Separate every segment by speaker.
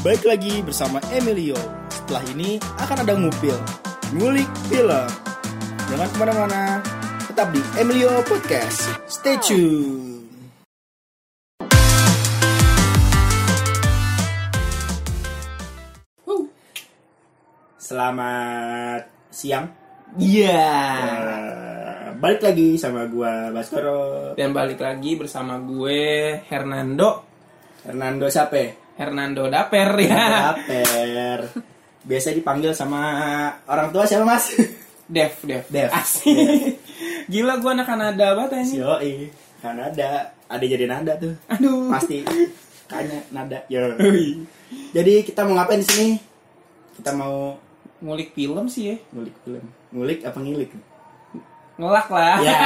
Speaker 1: Baik lagi bersama Emilio. Setelah ini akan ada ngupil, ngulik film. Jangan kemana-mana, tetap di Emilio Podcast. Stay tune. Selamat siang.
Speaker 2: Iya.
Speaker 1: Eh, balik lagi sama gua Baskoro
Speaker 2: Dan balik lagi bersama gue Hernando
Speaker 1: Hernando Sape.
Speaker 2: Hernando Daper ya.
Speaker 1: Daper. Biasa dipanggil sama orang tua siapa Mas?
Speaker 2: Dev, Dev.
Speaker 1: Dev.
Speaker 2: Asik. Gila gue anak Kanada banget anjing.
Speaker 1: Yoi. Kanada. Ada jadi nada tuh.
Speaker 2: Aduh.
Speaker 1: Pasti. Kayaknya nada. Yo. Jadi kita mau ngapain di sini? Kita mau
Speaker 2: Ngulik film sih ya.
Speaker 1: ngulik film. Ngulik apa ngilik?
Speaker 2: Ngelak lah.
Speaker 1: Ya.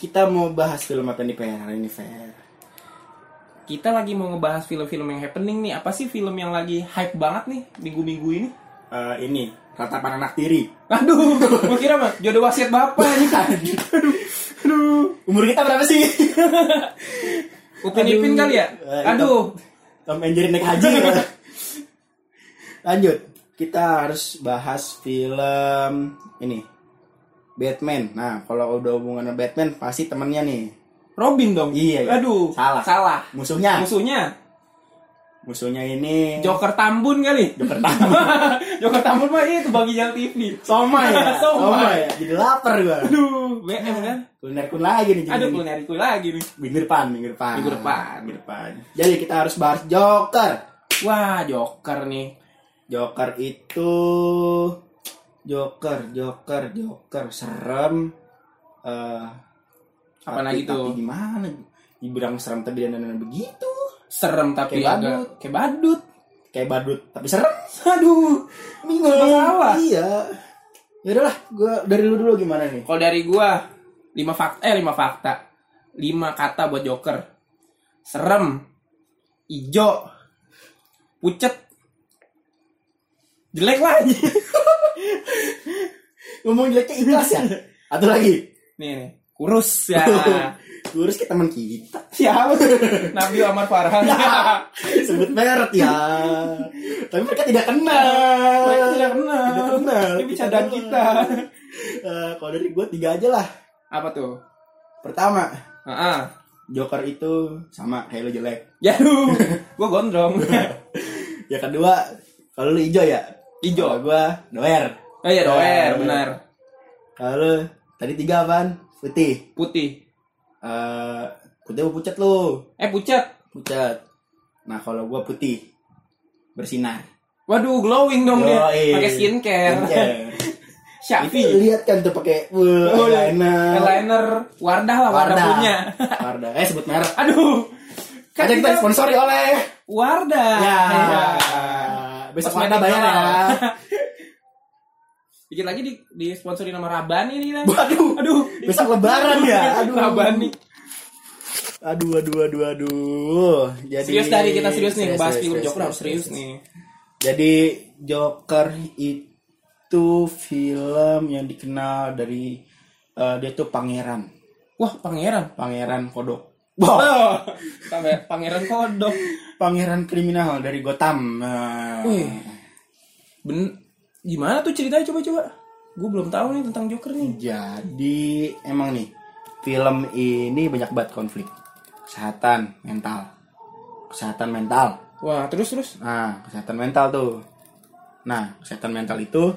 Speaker 1: kita mau bahas film apa nih Fer? Hari ini Fer.
Speaker 2: Kita lagi mau ngebahas film-film yang happening nih. Apa sih film yang lagi hype banget nih minggu-minggu ini?
Speaker 1: Eh, ini ratapan anak tiri.
Speaker 2: Aduh, gue kira mah jodoh wasiat bapak anjing. Aduh. Aduh.
Speaker 1: Umur kita berapa sih?
Speaker 2: Upin
Speaker 1: Aduh.
Speaker 2: Ipin kali ya?
Speaker 1: Eh,
Speaker 2: Aduh.
Speaker 1: Tom and Jerry naik haji. Lanjut, kita harus bahas film ini Batman. Nah, kalau udah hubungan sama Batman pasti temennya nih
Speaker 2: Robin dong.
Speaker 1: Iya, iya.
Speaker 2: Aduh.
Speaker 1: Salah. Nah.
Speaker 2: Salah.
Speaker 1: musuhnya.
Speaker 2: Musuhnya
Speaker 1: Musuhnya ini
Speaker 2: Joker Tambun kali.
Speaker 1: Joker pertama.
Speaker 2: Joker Tambun mah iya, itu bagi jalan TV.
Speaker 1: Soma ya.
Speaker 2: Soma.
Speaker 1: ya. Jadi lapar gua.
Speaker 2: Aduh,
Speaker 1: Iya.
Speaker 2: BM kan.
Speaker 1: Kuliner kun lagi nih. jadi
Speaker 2: Aduh,
Speaker 1: ini.
Speaker 2: kulineri ku lagi nih.
Speaker 1: Minggu depan, minggu depan.
Speaker 2: Minggu depan.
Speaker 1: Minggu depan. Jadi kita harus bahas Joker.
Speaker 2: Wah, Joker nih.
Speaker 1: Joker itu Joker, Joker, Joker serem. Eh
Speaker 2: Apa
Speaker 1: tapi-
Speaker 2: lagi tuh?
Speaker 1: Tapi gimana? Dibilang serem tapi dan begitu.
Speaker 2: Serem tapi
Speaker 1: Kayak
Speaker 2: agak
Speaker 1: badut.
Speaker 2: kayak badut.
Speaker 1: Kayak badut tapi serem.
Speaker 2: Aduh.
Speaker 1: Bingung.
Speaker 2: Serba salah.
Speaker 1: Iya. Ya udahlah, gua dari lu dulu gimana nih?
Speaker 2: Kalau dari gua 5 fakta eh 5 fakta. 5 kata buat Joker. Serem. Ijo. Pucet. Jelek lagi.
Speaker 1: Ngomong jeleknya ikhlas ya. Atau lagi,
Speaker 2: nih, nih. Kurus ya.
Speaker 1: lurus ke teman kita.
Speaker 2: Siapa? Nabi Omar Farhan.
Speaker 1: Sebut merek ya. tapi mereka tidak kenal.
Speaker 2: Mereka tidak kenal.
Speaker 1: Tidak kenal.
Speaker 2: Ini bercandaan kita.
Speaker 1: Eh, kalau dari gua tiga aja lah.
Speaker 2: Apa tuh? Ah,
Speaker 1: Pertama,
Speaker 2: Heeh.
Speaker 1: Joker itu sama kayak lo jelek.
Speaker 2: Ya lu, gua gondrong.
Speaker 1: Ya kedua, kalau lo hijau ya,
Speaker 2: Ijo.
Speaker 1: Kalau gua doer.
Speaker 2: Oh iya, doer, benar.
Speaker 1: Kalau lo tadi tiga apaan? Putih.
Speaker 2: Putih.
Speaker 1: Eh, putih apa pucat lo?
Speaker 2: Eh pucat.
Speaker 1: Pucat. Nah, kalau gua putih bersinar.
Speaker 2: Waduh, glowing dong dia.
Speaker 1: Yoi.
Speaker 2: Pakai skincare.
Speaker 1: Itu
Speaker 2: Syafi.
Speaker 1: lihat kan tuh pakai wah,
Speaker 2: Oh,
Speaker 1: eyeliner.
Speaker 2: Eyeliner Wardah lah, Wardah, punya.
Speaker 1: Wardah. Eh sebut merek.
Speaker 2: Aduh. Kan
Speaker 1: Karena kita
Speaker 2: kita
Speaker 1: disponsori oleh.
Speaker 2: Wardah.
Speaker 1: Ya.
Speaker 2: Iya.
Speaker 1: Besok Wardah
Speaker 2: Kosmetik
Speaker 1: bayar ya.
Speaker 2: halal. Dikit lagi di, disponsori nama Rabani nih. Lan.
Speaker 1: Waduh.
Speaker 2: Aduh.
Speaker 1: Besok lebaran ya. Aduh.
Speaker 2: Rabani.
Speaker 1: Aduh, aduh, aduh, aduh. Jadi
Speaker 2: Serius dari kita serius nih bahas
Speaker 1: serius,
Speaker 2: film
Speaker 1: serius,
Speaker 2: Joker harus serius
Speaker 1: serius.
Speaker 2: nih.
Speaker 1: Jadi Joker itu film yang dikenal dari eh, dia tuh pangeran,
Speaker 2: Wah, pangeran.
Speaker 1: pangeran kodok.
Speaker 2: Oh, sampai pangeran kodok.
Speaker 1: Pangeran kriminal dari Gotham. Nah,
Speaker 2: Wih. Ben gimana tuh ceritanya coba-coba? Gue belum tahu nih tentang Joker nih.
Speaker 1: Jadi emang nih film ini banyak banget konflik kesehatan mental, kesehatan mental.
Speaker 2: Wah, terus terus.
Speaker 1: Nah, kesehatan mental tuh. Nah, kesehatan mental itu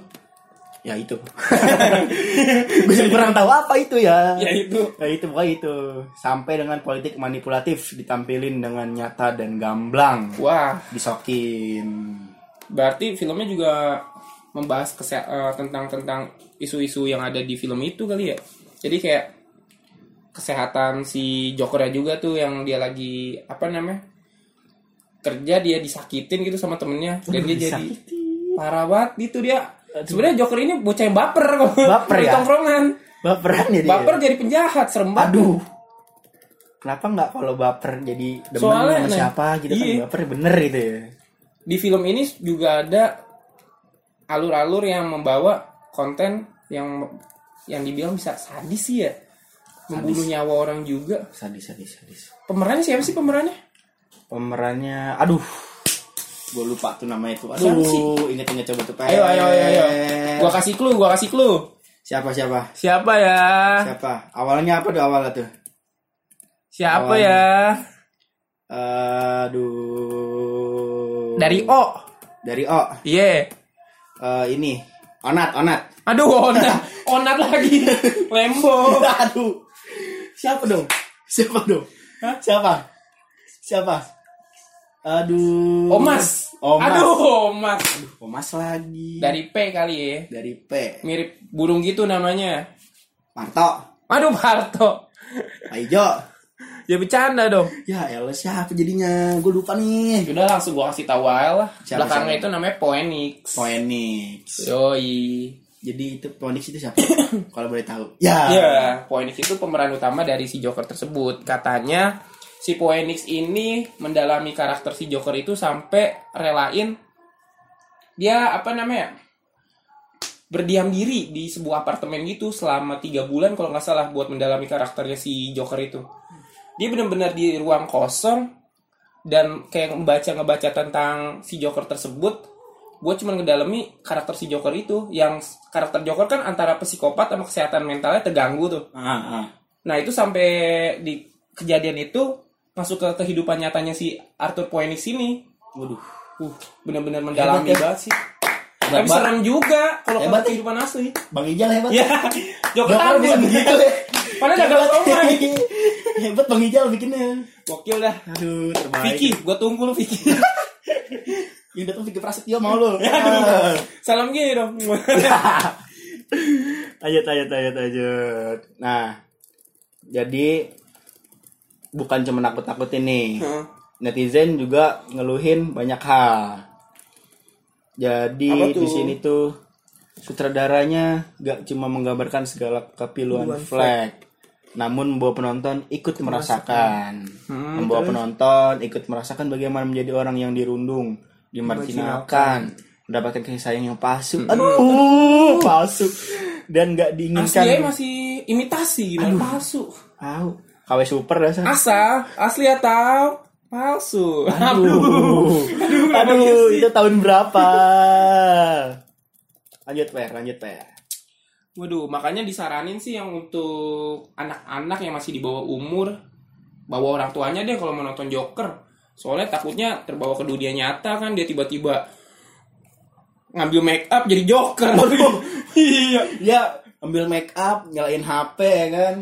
Speaker 1: ya itu. Gue juga kurang tahu apa itu ya.
Speaker 2: Ya itu.
Speaker 1: Ya itu pokoknya itu. Sampai dengan politik manipulatif ditampilin dengan nyata dan gamblang.
Speaker 2: Wah,
Speaker 1: Disokin.
Speaker 2: berarti filmnya juga membahas kese- eh, tentang tentang isu-isu yang ada di film itu kali ya. Jadi kayak kesehatan si Jokernya juga tuh yang dia lagi apa namanya kerja dia disakitin gitu sama temennya dan dia jadi parah banget gitu dia sebenarnya Joker ini bocah yang baper Iya. kok
Speaker 1: Baper ya?
Speaker 2: tongkrongan
Speaker 1: Baperan ya dia.
Speaker 2: baper jadi penjahat serem banget
Speaker 1: Aduh. Kenapa nggak kalau baper jadi demen
Speaker 2: Soalnya,
Speaker 1: sama
Speaker 2: Nen.
Speaker 1: siapa gitu
Speaker 2: Iya.
Speaker 1: kan baper bener gitu ya.
Speaker 2: di film ini juga ada alur-alur yang membawa konten yang yang dibilang bisa sadis sih ya membunuh nyawa orang juga
Speaker 1: Sadis sadis sadis.
Speaker 2: pemerannya siapa sih pemerannya
Speaker 1: pemerannya aduh gue lupa tuh namanya tuh aduh
Speaker 2: Siapa sih?
Speaker 1: inget-inget coba tuh
Speaker 2: Ayo, ayo, ayo, ayo. Eh. Gua kasih clue, gua kasih clue.
Speaker 1: siapa siapa
Speaker 2: Siapa ya?
Speaker 1: siapa awalnya apa tuh awalnya tuh
Speaker 2: Siapa
Speaker 1: Awalnya.
Speaker 2: ya?
Speaker 1: aduh
Speaker 2: Dari O.
Speaker 1: dari O
Speaker 2: Iya.
Speaker 1: Eh, ini Onat Onat
Speaker 2: Aduh, onat, onat lagi. Lembo.
Speaker 1: aduh siapa dong siapa dong
Speaker 2: Hah?
Speaker 1: siapa siapa aduh
Speaker 2: Omas.
Speaker 1: Omas
Speaker 2: Aduh, Omas.
Speaker 1: Omas lagi
Speaker 2: Dari P kali ya.
Speaker 1: dari P
Speaker 2: Mirip burung gitu namanya.
Speaker 1: Marto
Speaker 2: Aduh, Parto.
Speaker 1: Aijo
Speaker 2: Ya bercanda dong.
Speaker 1: ya elah siapa jadinya gue lupa nih
Speaker 2: Udah langsung gua kasih tahu aja lah.
Speaker 1: Siapa,
Speaker 2: Belakangnya
Speaker 1: siapa?
Speaker 2: itu namanya Poenix.
Speaker 1: Phoenix
Speaker 2: Yoi.
Speaker 1: jadi itu Phoenix itu siapa kalau boleh tahu ya
Speaker 2: Ya, Phoenix itu pemeran utama dari si Joker tersebut. Katanya si Phoenix ini mendalami karakter si Joker itu sampai relain dia apa namanya? berdiam diri di sebuah apartemen gitu selama tiga bulan kalau nggak salah buat mendalami karakternya si Joker itu. Dia benar-benar di ruang kosong dan kayak ngebaca ngebaca tentang si Joker tersebut. Gue cuman ngedalami karakter si Joker itu yang s- karakter Joker kan antara psikopat sama kesehatan mentalnya terganggu tuh.
Speaker 1: Ah, ah.
Speaker 2: Nah itu sampai di kejadian itu masuk ke kehidupan nyatanya si Arthur Poenix ini.
Speaker 1: waduh
Speaker 2: Uh, benar-benar
Speaker 1: Hebat
Speaker 2: mendalami
Speaker 1: ya.
Speaker 2: banget sih. Tapi
Speaker 1: Hebat.
Speaker 2: serem juga kalau
Speaker 1: Hebat
Speaker 2: ke
Speaker 1: ya.
Speaker 2: kehidupan asli.
Speaker 1: Bang Ijal hebat
Speaker 2: Ya, Joker
Speaker 1: Joker bisa
Speaker 2: takut.
Speaker 1: begitu ya.
Speaker 2: Padahal gak galau
Speaker 1: Hebat.
Speaker 2: orang.
Speaker 1: Hebat Bang Ijal bikinnya.
Speaker 2: Gokil dah.
Speaker 1: Aduh, terbaik.
Speaker 2: Vicky, gue tunggu lu Vicky.
Speaker 1: Yang datang Vicky Prasetyo mau lu. Ah.
Speaker 2: Aduh. Salam gini dong.
Speaker 1: Lanjut, lanjut, lanjut, lanjut. Nah, jadi bukan cuma nakut-nakutin nih.
Speaker 2: Heeh.
Speaker 1: Netizen juga ngeluhin banyak hal.
Speaker 2: Apa
Speaker 1: Jadi
Speaker 2: tuh?
Speaker 1: di sini tuh sutradaranya gak cuma menggambarkan segala kepiluan Flag, namun membawa penonton ikut merasakan. Hmm, membawa penonton ikut merasakan bagaimana menjadi orang yang dirundung, dimarginalkan, mendapatkan kasih sayang yang palsu. Aduh, palsu dan gak diinginkan.
Speaker 2: Asli aja masih imitasi gitu, palsu.
Speaker 1: Au, KW super dasar.
Speaker 2: Asal, asli atau palsu.
Speaker 1: Aduh, iya
Speaker 2: kenapa
Speaker 1: aduh,
Speaker 2: gitu sih?
Speaker 1: itu tahun berapa? Lanjut per, lanjut per.
Speaker 2: Waduh, makanya disaranin sih yang untuk anak-anak yang masih di bawah umur, bawa orang tuanya deh kalau mau nonton Joker. Soalnya takutnya terbawa ke dunia nyata kan dia tiba-tiba ngambil make up jadi Joker. iya.
Speaker 1: Ya, ambil make up, nyalain HP ya kan,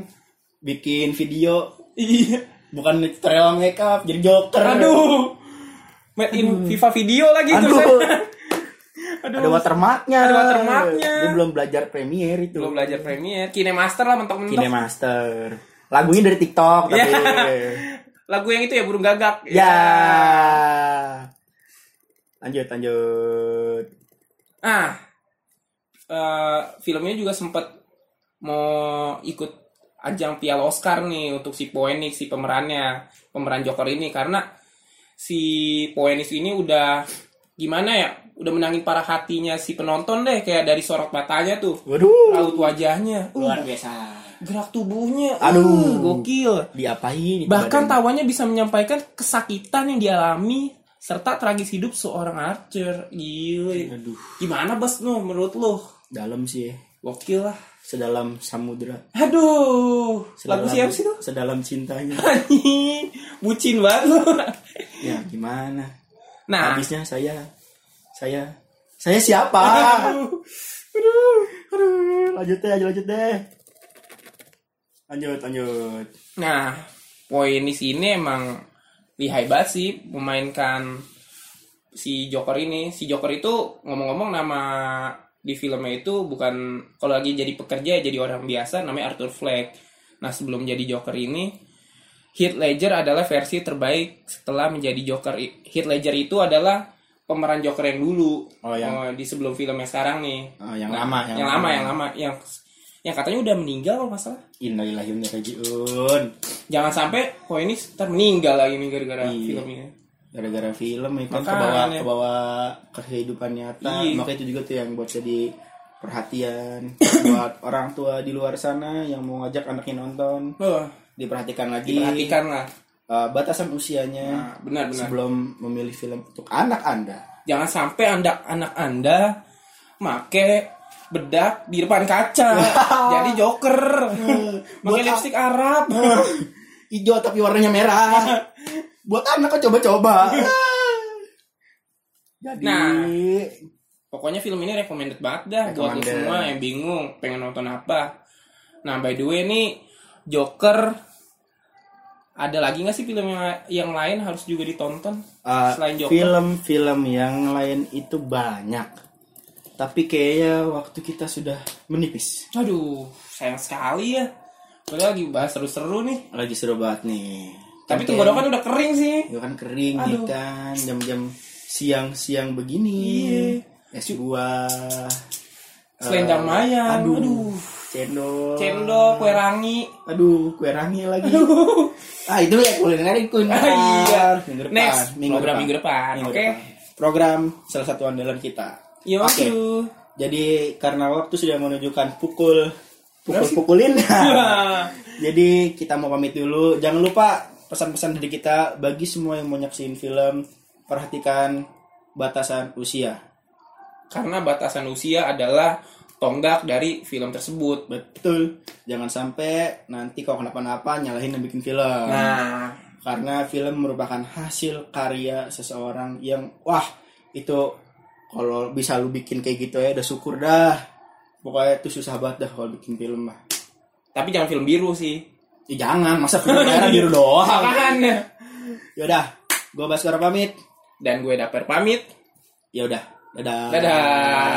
Speaker 1: bikin video,
Speaker 2: Iya.
Speaker 1: bukan tutorial make up, jadi joker.
Speaker 2: Aduh. Made in FIFA video lagi tuh.
Speaker 1: Aduh.
Speaker 2: kan. Aduh.
Speaker 1: Ada watermarknya.
Speaker 2: Ada watermarknya.
Speaker 1: Dia belum belajar Premiere itu.
Speaker 2: Belum belajar Premiere, Kinemaster lah mentok-mentok.
Speaker 1: Kinemaster. Lagunya dari TikTok tapi.
Speaker 2: Lagu yang itu ya burung gagak.
Speaker 1: ya. Lanjut, lanjut.
Speaker 2: Ah, eh, filmnya juga sempat mau ikut ajang Piala Oscar nih untuk si Phoenix si pemerannya pemeran Joker ini karena si Phoenix ini udah gimana ya udah menangin para hatinya si penonton deh kayak dari sorot matanya tuh
Speaker 1: Waduh.
Speaker 2: raut wajahnya uh,
Speaker 1: Luar biasa.
Speaker 2: gerak tubuhnya uh,
Speaker 1: Aduh.
Speaker 2: gokil
Speaker 1: Diapain? itu
Speaker 2: bahkan
Speaker 1: badan?
Speaker 2: tawanya bisa menyampaikan kesakitan yang dialami serta tragis hidup seorang Archer gila
Speaker 1: Aduh,
Speaker 2: gimana bos no menurut lo
Speaker 1: dalam sih. ya.
Speaker 2: Wakil lah.
Speaker 1: Sedalam samudra.
Speaker 2: Aduh,
Speaker 1: Sedalam,
Speaker 2: lagu siapa sih tuh?
Speaker 1: Sedalam cintanya.
Speaker 2: Anjing, Bucin banget lu.
Speaker 1: ya, gimana?
Speaker 2: Nah,
Speaker 1: Habisnya saya saya saya siapa?
Speaker 2: aduh, aduh.
Speaker 1: Aduh, lanjut deh, lanjut, lanjut deh. Lanjut, lanjut.
Speaker 2: Nah, poin di sini emang lihai banget sih memainkan si Joker ini. Si Joker itu ngomong-ngomong nama di filmnya itu bukan kalau lagi jadi pekerja ya jadi orang biasa namanya Arthur Fleck. Nah, sebelum jadi Joker ini Heath Ledger adalah versi terbaik setelah menjadi Joker. Heath Ledger itu adalah pemeran Joker yang dulu
Speaker 1: Oh, yang-
Speaker 2: eh, di sebelum filmnya sekarang nih.
Speaker 1: Oh, yang
Speaker 2: Nah,
Speaker 1: lama,
Speaker 2: yang, lama, yang lama, yang yang katanya udah meninggal kalau nggak salah.
Speaker 1: Innalillahi wa inna ilaihi rajiun.
Speaker 2: Jangan sampai oh ini ntar meninggal lagi nih gara-gara
Speaker 1: Iya.
Speaker 2: film ini.
Speaker 1: Gara-gara film itu kan
Speaker 2: Makanya.
Speaker 1: kebawa kebawa ke kehidupan nyata.
Speaker 2: Iya.
Speaker 1: Makanya itu juga tuh yang buat jadi perhatian buat orang tua di luar sana yang mau ngajak anaknya nonton
Speaker 2: Wah,
Speaker 1: diperhatikan lagi
Speaker 2: Oh, diperhatikan lah.
Speaker 1: eh, batasan usianya
Speaker 2: Nah, benar benar.
Speaker 1: sebelum memilih film untuk anak Anda.
Speaker 2: Jangan sampai anda anak anda make bedak di depan kaca. Jadi joker. Pakai
Speaker 1: Buat
Speaker 2: lipstik Arab.
Speaker 1: Hijau tapi warnanya merah. Buat anak kok coba-coba. Jadi eh,
Speaker 2: Nah. Pokoknya film ini recommended banget dah buat lo
Speaker 1: Recommended.
Speaker 2: semua yang bingung pengen nonton apa. Nah, by the way nih Joker ada lagi nggak sih film yang, yang lain harus juga ditonton
Speaker 1: eh,
Speaker 2: selain Joker?
Speaker 1: film-film yang lain itu banyak. Tapi kayaknya waktu kita sudah menipis.
Speaker 2: Aduh, sayang sekali ya. Padahal lagi bahas seru-seru nih.
Speaker 1: Lagi seru banget nih.
Speaker 2: Tapi
Speaker 1: Oke.
Speaker 2: tenggorokan udah kering sih.
Speaker 1: Ya kan kering ya
Speaker 2: Aduh.
Speaker 1: kan jam-jam siang-siang begini.
Speaker 2: Iya.
Speaker 1: Es buah,
Speaker 2: Selain damaian,
Speaker 1: Eh, aduh, Eh.
Speaker 2: aduh.
Speaker 1: cendol.
Speaker 2: Cendol, kue rangi.
Speaker 1: Aduh, kue rangi lagi. Ah, itu ya kuliner ikun.
Speaker 2: Ah, iya.
Speaker 1: Minggu depan.
Speaker 2: Next,
Speaker 1: minggu
Speaker 2: program
Speaker 1: depan.
Speaker 2: minggu depan,
Speaker 1: Minggu
Speaker 2: oke? Iya,
Speaker 1: depan. Program salah satu andalan kita.
Speaker 2: Yo,
Speaker 1: Oke.
Speaker 2: aduh.
Speaker 1: Jadi karena waktu sudah menunjukkan pukul pukul-pukulin. Jadi kita mau pamit dulu. Jangan lupa pesan-pesan dari kita bagi semua yang mau nyaksiin film, perhatikan batasan usia.
Speaker 2: Karena batasan usia adalah tonggak dari film tersebut.
Speaker 1: Betul. Jangan sampai nanti kalau kenapa-napa nyalahin yang bikin film.
Speaker 2: Nah,
Speaker 1: Karena film merupakan hasil karya seseorang yang wah itu kalau bisa lu bikin kayak gitu ya udah syukur dah. Pokoknya itu susah banget dah kalau bikin film mah.
Speaker 2: tapi jangan film biru sih.
Speaker 1: Ya jangan, masa film merah biru doang.
Speaker 2: Makanya.
Speaker 1: iya. Yaudah, gue Baskara pamit.
Speaker 2: Dan gue Dapper pamit.
Speaker 1: Yaudah, dadah.
Speaker 2: Dadah.